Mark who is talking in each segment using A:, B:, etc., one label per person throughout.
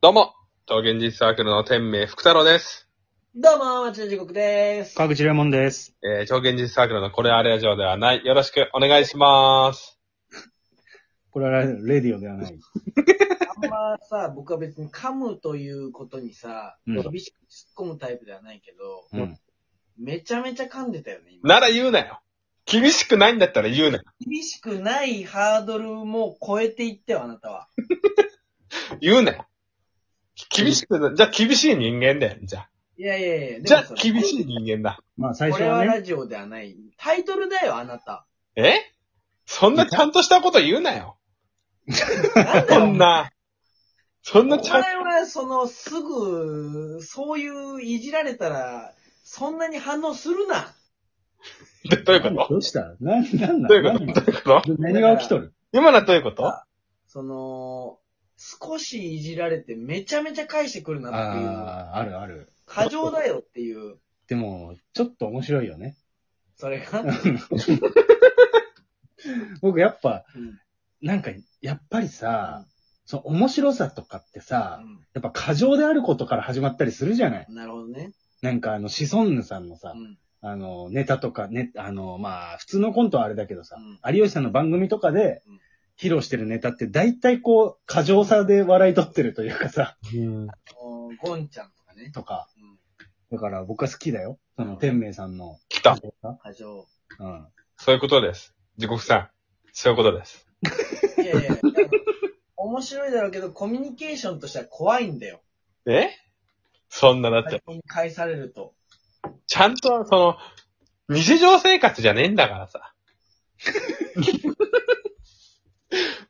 A: どうも、東現実サークルの天命福太郎です。
B: どうも、町の時刻です。
C: 川口レモンです。
A: えー、超現実サークルのこれあれラジオではない。よろしくお願いします。
C: これはレディオではない。
B: あんまさ、僕は別に噛むということにさ、
C: うん
B: 厳しく突っ込むタイプではないけど、
C: うん。
B: めちゃめちゃ噛んでたよね、今。
A: なら言うなよ。厳しくないんだったら言うなよ。
B: 厳しくないハードルも超えていってよ、あなたは。
A: 言うなよ。厳しくな、じゃあ厳しい人間だよ。じゃあ。
B: いやいやいや、
A: じゃあ厳
B: い。
A: しい人間だ。
C: まあ最
B: こ
C: 初
B: れは
C: はね、
B: ラジオではない。タイトルだよ、あな た。
A: えそんなちゃんとしたこと言うなよ。
B: なんだ
A: そ
B: よ。
A: んな。そんな
B: お
A: ちゃん、
B: 前は、その、すぐ、そういう、いじられたら、そんなに反応するな。
A: どういうこ
C: どうしたなん、なん
A: と
C: な
A: どういうこと
C: ん
A: どういうこと
C: 何が起きとる
A: 今のはどういうこと
B: その、少しいじられてめちゃめちゃ返してくるなっていう。
C: ああ、あるある。
B: 過剰だよっていう、
C: でも、ちょっと面白いよね。
B: それが。
C: 僕やっぱ、
B: うん
C: なんか、やっぱりさ、その面白さとかってさ、
B: う
C: やっぱ過剰であることから始まったりするじゃない
B: んなるほどね。
C: なんかあの、シソンヌさんのさ
B: う、ん
C: あの、ネタとか、ね、あの、まあ、普通のコントはあれだけどさ、
B: う
C: 有吉さんの番組とかで
B: うん
C: 披露してるネタって大体こう、過剰さで笑い取ってるというかさ、
A: うん。
B: おーゴンちゃんとかね。
C: とか。
B: うん
C: だから僕は好きだよ。そ
B: うん
C: の、天明さんの。
A: 来た。
B: 過剰。
C: うん。
A: そういうことです。地獄さん。そういうことです。
B: いやい や、面白いだろうけど、コミュニケーションとしては怖いんだよ。
A: えそんなだって。
B: 最近に返されると。
A: ちゃんと、その、日常生活じゃねえんだから さ。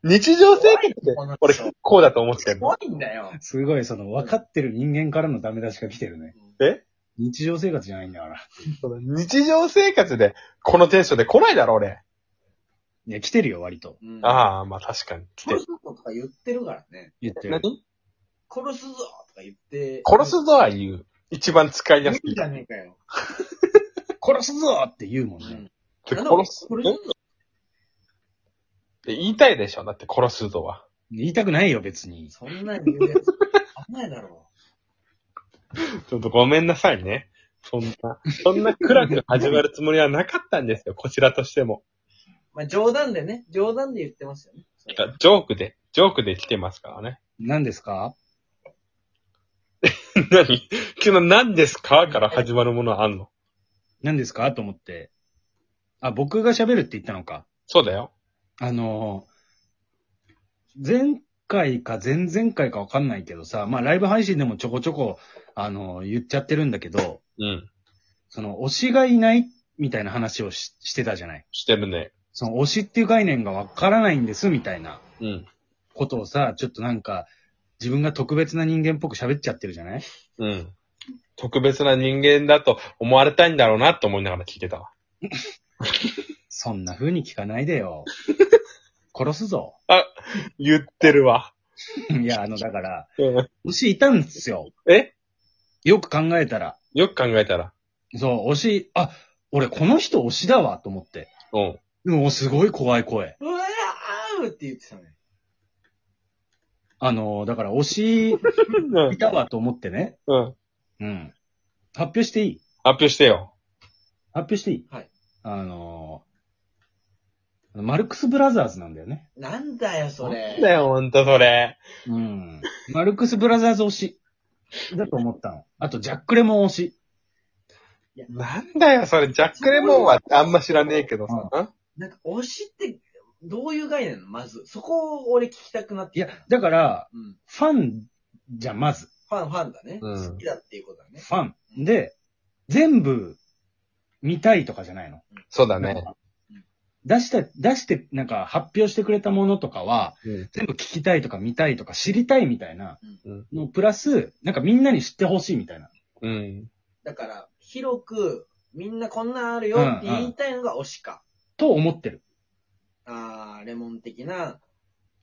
A: 日常生活で
B: 怖い、
A: 俺、こうだと思ってるの。
B: 怖いんだよ。
C: すごい、その、分かってる人間からのダメ出しが来てるね。
A: え
C: 日常生活じゃないんだから。
A: その日常生活で、このテンションで来ないだろ、俺。
C: いや、来てるよ、割と。
B: うん
A: ああ、まあ確かに。来て
B: 殺。すぞとか言ってるからね。
C: 言ってる。
A: 何
B: 殺すぞとか言って。
A: 殺すぞは言う。一番使いやす
B: いい
A: い。
B: じゃねえかよ。
C: 殺すぞって言うもんね。
A: で殺
B: なんだ俺
A: す。
B: 殺
A: え
B: すぞ
A: って言いたいでしょ、だって殺すぞは。
C: 言いたくないよ、別に。
B: そんなに言うやつ。危ないだろ
A: ちょっとごめんなさいね。そんな、そんな暗く始まるつもりはなかったんですよ、こちらとしても。
B: う。まあ冗談でね、冗談で言ってますよね。それ
A: ジョークで、ジョークで来てますからね。
C: 何ですか
A: 何昨日何ですかから始まるものはあんの
C: 何ですかと思って。あ、僕が喋るって言ったのか。
A: そうだよ。
C: あのー、前回か前々回かわかんないけどさ、まあライブ配信でもちょこちょこ、あのー言っちゃってるんだけど、
A: うん。
C: その推しがいないみたいな話をししてたじゃない。
A: してるね。
C: その推しっていう概念がわからないんですみたいな
A: うん。
C: ことをさ、ちょっとなんか、自分が特別な人間っぽく喋っちゃってるじゃない
A: うん。特別な人間だと思われたいんだろうなと思いながら聞いてたわ。
C: そんな風に聞かないでよ。殺すぞ。
A: 言ってるわ。
C: いや、あの、だから、
A: うん
C: 推しいたんですよ。
A: え
C: よく考えたら。
A: よく考えたら。
C: そう、推し、あ、俺この人推しだわ、と思って。
A: うん。
C: でも、すごい怖い声。
B: うわーって言ってたね。
C: あの、だから、推し、いたわと思ってね。
A: うん。
C: うん。発表していい
A: 発表してよ。
C: 発表していい
B: はい。
C: あのーマルクスブラザーズなんだよね。
B: なんだよ、それ。
A: だよ、ほんとそれ。
C: うん。マルクスブラザーズ推し。だと思ったの。あと、ジャックレモン推し。
A: なんだよ、それ。ジャックレモンはあんま知らねえけどさ。
B: なんか、推しって、どういう概念なのまず。そこを俺聞きたくなって
C: い
B: き
C: や
B: た。、
C: だから、
B: うん。
C: ファンじゃん、まず。
B: ファン、ファンだね。
A: うん
B: 好きだっていうことだね。
C: ファン。で、全部、見たいとかじゃないの。
A: そうだね。
C: 出して、出して、なんか発表してくれたものとかは、
A: うん。
C: 全部聞きたいとか見たいとか知りたいみたいな
A: うん
C: の、プラス、なんかみんなに知ってほしいみたいな。
A: うん。
B: だから、広く、みんなこんなんあるよって言いたいのが推しか。
C: と思ってる。
B: あー、レモン的な。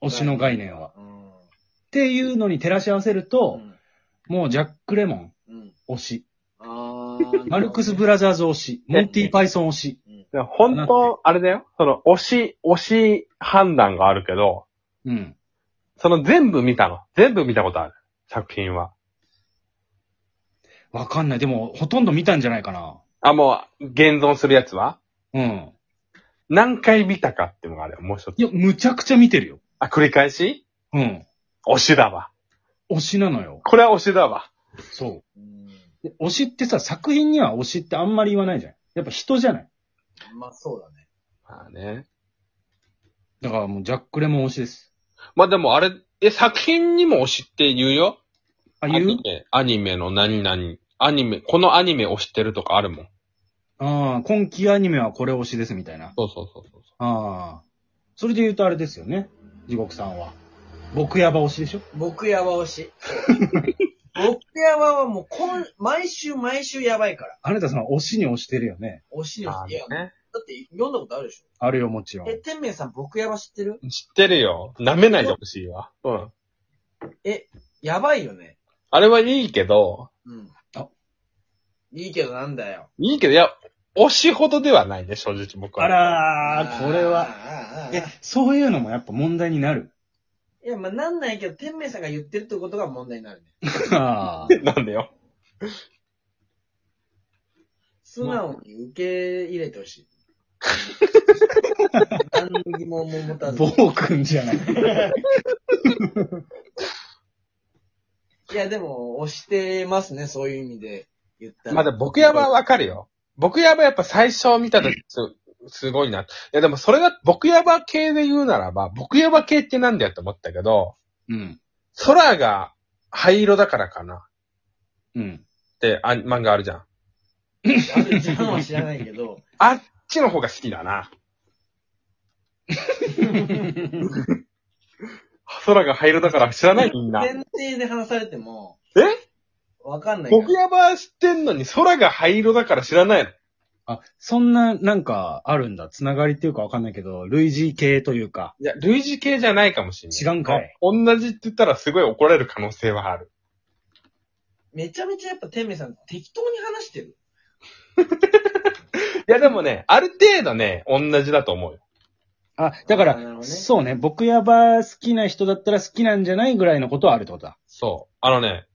C: 推しの概念は。っ
B: うん。
C: ていうのに照らし合わせる
B: う
C: と、
B: ん。
C: もうジャックレモン
B: うん。
C: 推し、
B: あー。
C: マルクス・
B: ブ
C: ブラザーズ推し、モンティ・パイソン推し。
A: でも本当、あれだよ。その、推し、推し判断があるけど、
C: うん。
A: その全部見たの。全部見たことある。作品は。
C: わかんない。でも、ほとんど見たんじゃないかな。
A: あ、もう、現存するやつは
C: うん。
A: 何回見たかっていうのがあれ、もう一つ
C: い。や、むちゃくちゃ見てるよ。
A: あ、繰り返し
C: うん。
A: 推しだわ。
C: 推しなのよ。
A: これは推しだわ。
C: そ
B: うん
C: う。で推しってさ、作品には推しってあんまり言わないじゃん。やっぱ人じゃない。
B: まあそうだね。
A: まあね。
C: だからもうジャックレも推しです。
A: まあでもあれ、え、作品にも推しって言うよ
C: あ、
A: ア
C: 言う
A: ニメ、アニメの何々。アニメ、このアニメ推してるとかあるもん。
C: ああ、今期アニメはこれ推しですみたいな。
A: そうそうそうそう。
C: ああ。それで言うとあれですよね。地獄さんは。僕やば推しでしょ
B: 僕やば推 し。僕やばはもう今、毎週毎週やばいから。
C: あなたさん推しに推してるよね。
B: 推しに推
A: あ
B: し。いや、だ
A: ね。
B: って読んだことあるでし
C: あるよ、もちろ
B: ょ。
C: ん。
B: え、天明さん僕やば知ってる
A: 知ってるよ。舐めないでほしいわ。うん。
B: やばいよね。
A: あれはいいけど、
B: うん。
C: あ
B: いいけどなんだよ。
A: いいけど、いや、推しほどではないね、正直僕は。
C: あらー、これは。
B: は
C: え、そういうのもやっぱ問題になる。
B: いや、まあなんないけど、天明さんが言ってるってことが問題になるね。
C: あ
A: なんでよ。
B: 素直に受け入れてほし い。何の疑問も持た
C: あ、
B: ず。
C: 暴君じゃない。
B: いや、でも、押してますね、そういう意味で言ったら。
A: まだ僕やばはわかるよ。僕やばやっぱ最初見たときす、すごいな。いやでもそれが僕やば系で言うならば、僕やば系ってなんだよって思ったけど、
C: うん。
A: 空が灰色だからかな
C: うん。
A: ってあ漫画あるじゃん。
B: あるじゃんは知らないけど、
A: あっちの方が好きだ な。空が灰色だから知らないみんな。
B: 前提で話されても、
A: え
B: わかんないから
A: 僕やば知ってんのに空が灰色だから知らないの。
C: あ、そんな、なんか、あるんだ。つながりっていうかわかんないけど、類似系というか。
A: いや、類似系じゃないかもしれない。
C: 違うんかい
A: あ同じって言ったらすごい怒られる可能性はある。
B: めちゃめちゃやっぱ天明さん適当に話してる。
A: いや、でもね、ある程度ね、同じだと思うよ。
C: あ、だか
B: あなるほ
C: ら、
B: どね
C: そうね、僕やば好きな人だったら好きなんじゃないぐらいのことはあるってことだ。
A: そう。あのね、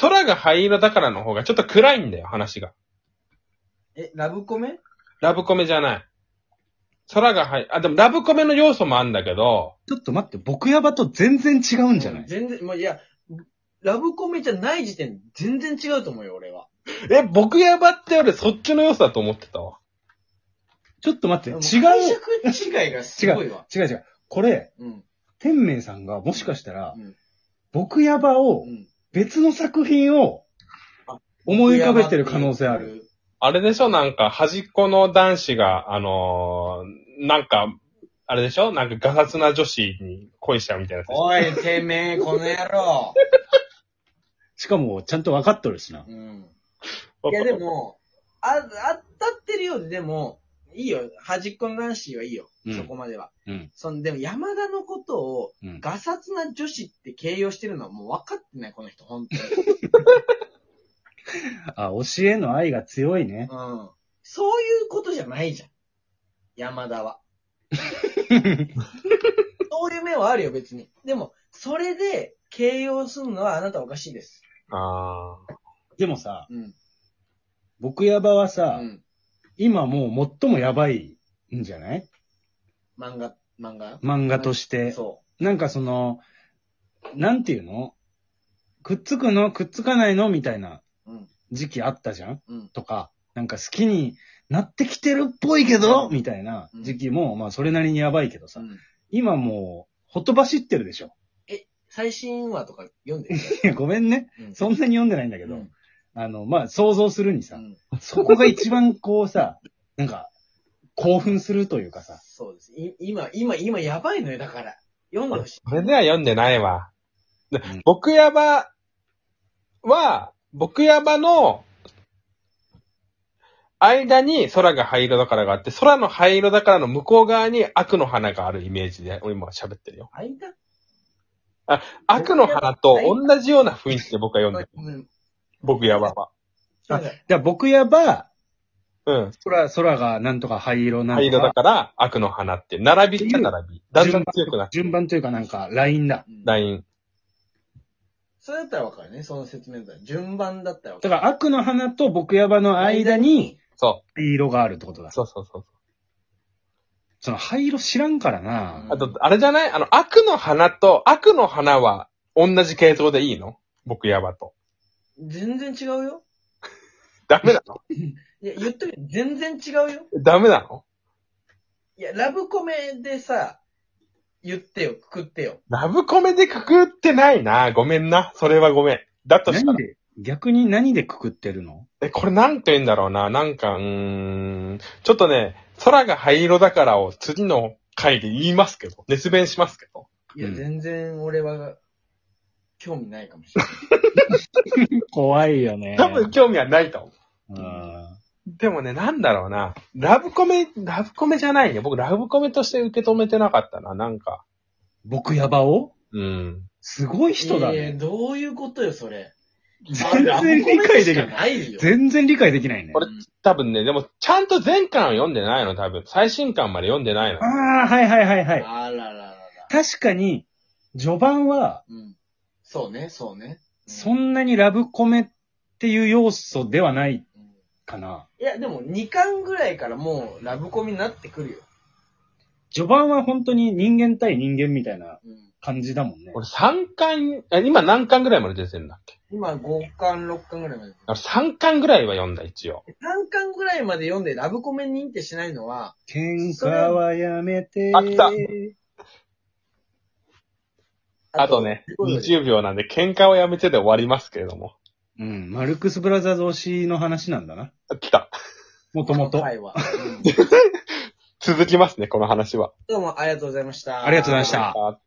A: 空が灰色だからの方がちょっと暗いんだよ、話が。
B: え、ラブコメ
A: ラブコメじゃない。空が灰、あ、でもラブコメの要素もあんだけど、
C: ちょっと待って、僕やばと全然違うんじゃない、
B: 全然、まあ、いや、ラブコメじゃない時点、全然違うと思うよ、俺は。
A: え、僕やばって俺そっちの要素だと思ってたわ。
C: ちょっと待って、違う、
B: 解釈違いがすごいわ。
C: 違う違う。これ、
B: うん。
C: 天明さんがもしかしたら、
B: うん
C: 僕やばを
B: うん。
C: 別の作品を
B: あ
C: 思い浮かべてる可能性ある。
B: る。
A: あれでしょなんか、端っこの男子が、あのーなんか、あれでしょなんか、ガサツな女子に恋しちゃうみたいなやつでしょ。
B: おい、てめえ、この野 郎。
C: しかも、ちゃんと分かっとるしな。
B: うん。いや、でも、あ、あ当たってるようで、でも、いいよ。端っこの男子はいいよ。
C: うん
B: そこまでは。
C: うん。
B: その、でも山田のことを、
C: うん。
B: ガサツな女子って形容してるのはもう分かってない、この人、本当に。
C: あ、教えの愛が強いね。
B: うん。そういうことじゃないじゃん。山田 は。そういう面はあるよ、別に。でも、それで形容するのはあなたおかしいです。
A: あー
C: でもさ、
B: うん。
C: 僕やばは
B: う
C: さ、
B: ん。
C: 今もう最もやばいんじゃない
B: 漫画、漫画
C: 漫画として。
B: そ
C: なんかその、なんていうのくっつくのくっつかないのみたいな
B: う。うん。
C: 時期あったじゃん
B: うん。
C: とか、なんか好きになってきてるっぽいけどみたいな時期も、まあそれなりにやばいけど
B: う
C: さ、
B: ん、
C: 今もう、ほとばしってるでしょ。
B: 最新話とか読んでる、
C: いやごめんね。
B: うん、
C: そん
B: な
C: なに読んでないんだけど、
B: うん
C: あの、まあ、想像するに
B: う
C: さ、
B: ん。
C: そこが一番こうさ、なんか、興奮するというかさ、
B: そうです。い今、今、今やばいのよ、だから。読んでほしい。
A: それでは読んでないわ。で
C: うん
A: 僕やばは、僕やばの間に空が灰色だからがあって、空の灰色だからの向こう側に悪の花があるイメージで、俺今喋ってるよ。
B: 間
A: 悪の花と同じような雰囲気で僕は読んでる。
B: うん。
A: 僕やばは。
B: あ
C: じゃあ僕やば、
A: うん。
C: 空、空がなんとか灰色なん
A: 灰
C: と
A: 色だか
C: か、
A: ら悪の花って、並びっちゃ並び。だんだん強くなって、
C: 順番というかなんか、ラインだ。
A: ライン。
B: それだったらわかるね、その説明だったら。順番だったらわか
C: だ
B: る。
C: から、悪の花と僕ヤバの間に、
A: そ
C: 灰色があるってこと
A: う。
C: だ。
A: そうそうそう。
C: その灰色知らんからな。
A: あと、あれじゃないあの、悪の花と悪の花は同じ系統でいいの僕やばと。
B: 全然違うよ。
A: ダメなの
B: いや、言っとくよ全然違うよ。
A: ダメなの
B: いや、ラブコメでさ、言ってよ、くくってよ。
A: ラブコメでくくってないな。ごめんな。それはごめん。だとした
C: 何
A: ら。
C: で、逆に何でくくってるの
A: え、これなんて言うんだろうな。なんか、うーん。ちょっとね、空が灰色だからを次の回で言いますけど。熱弁しますけど。
B: いや、
C: うん
B: 全然俺は、興味ないかもしれない。
C: 怖いよね。
A: 多分興味はないと思う。
C: うん
A: でもね、なんだろうな。ラブコメ、ラブコメじゃないね。僕、ラブコメとして受け止めてなかったな。なんか。
C: 僕ヤバを
A: うん。
C: すごい人だ
B: いやいや
C: ね。
B: どういうことよ、それ。
C: 全然理解でき
B: な
C: ない。
B: ないよ。
C: 全然理解できないね
A: こ。れ
B: うん
A: 多分ね、でも、ちゃんと前巻を読んでないの、多分。最新巻まで読んでないの。
C: ああ、はいはいはいはい。
B: あらららら。
C: 確かに、序盤は、
B: うん。そうね、そうね。うん
C: そんなにラブコメっていう要素ではない
B: うん
C: かな。
B: いや、でも2巻ぐらいからもうラブコミになってくるよ。
C: 序盤は本当に人間対人間みたいな
B: うん、
C: 感じだもんね。
A: 俺、3巻、え今何巻ぐらいまで出てるんだっけ
B: 今5巻、6巻ぐらいまで。
A: あ ?3 巻ぐらいは読んだ、一応。
B: 3巻ぐらいまで読んでラブコメ認定しないのは、
C: 喧嘩はやめて。
A: あ来たあとね、
B: 20
A: 20秒なんで、喧嘩をやめてで終わりますけれども。
C: うん、マルクスブラザーズ推しの話なんだな。
A: あ来た。
C: もともと。
B: 回は。うん
A: 続きますね、この話は。
B: どうもありがとうございました。
C: ありがとうございました
A: あ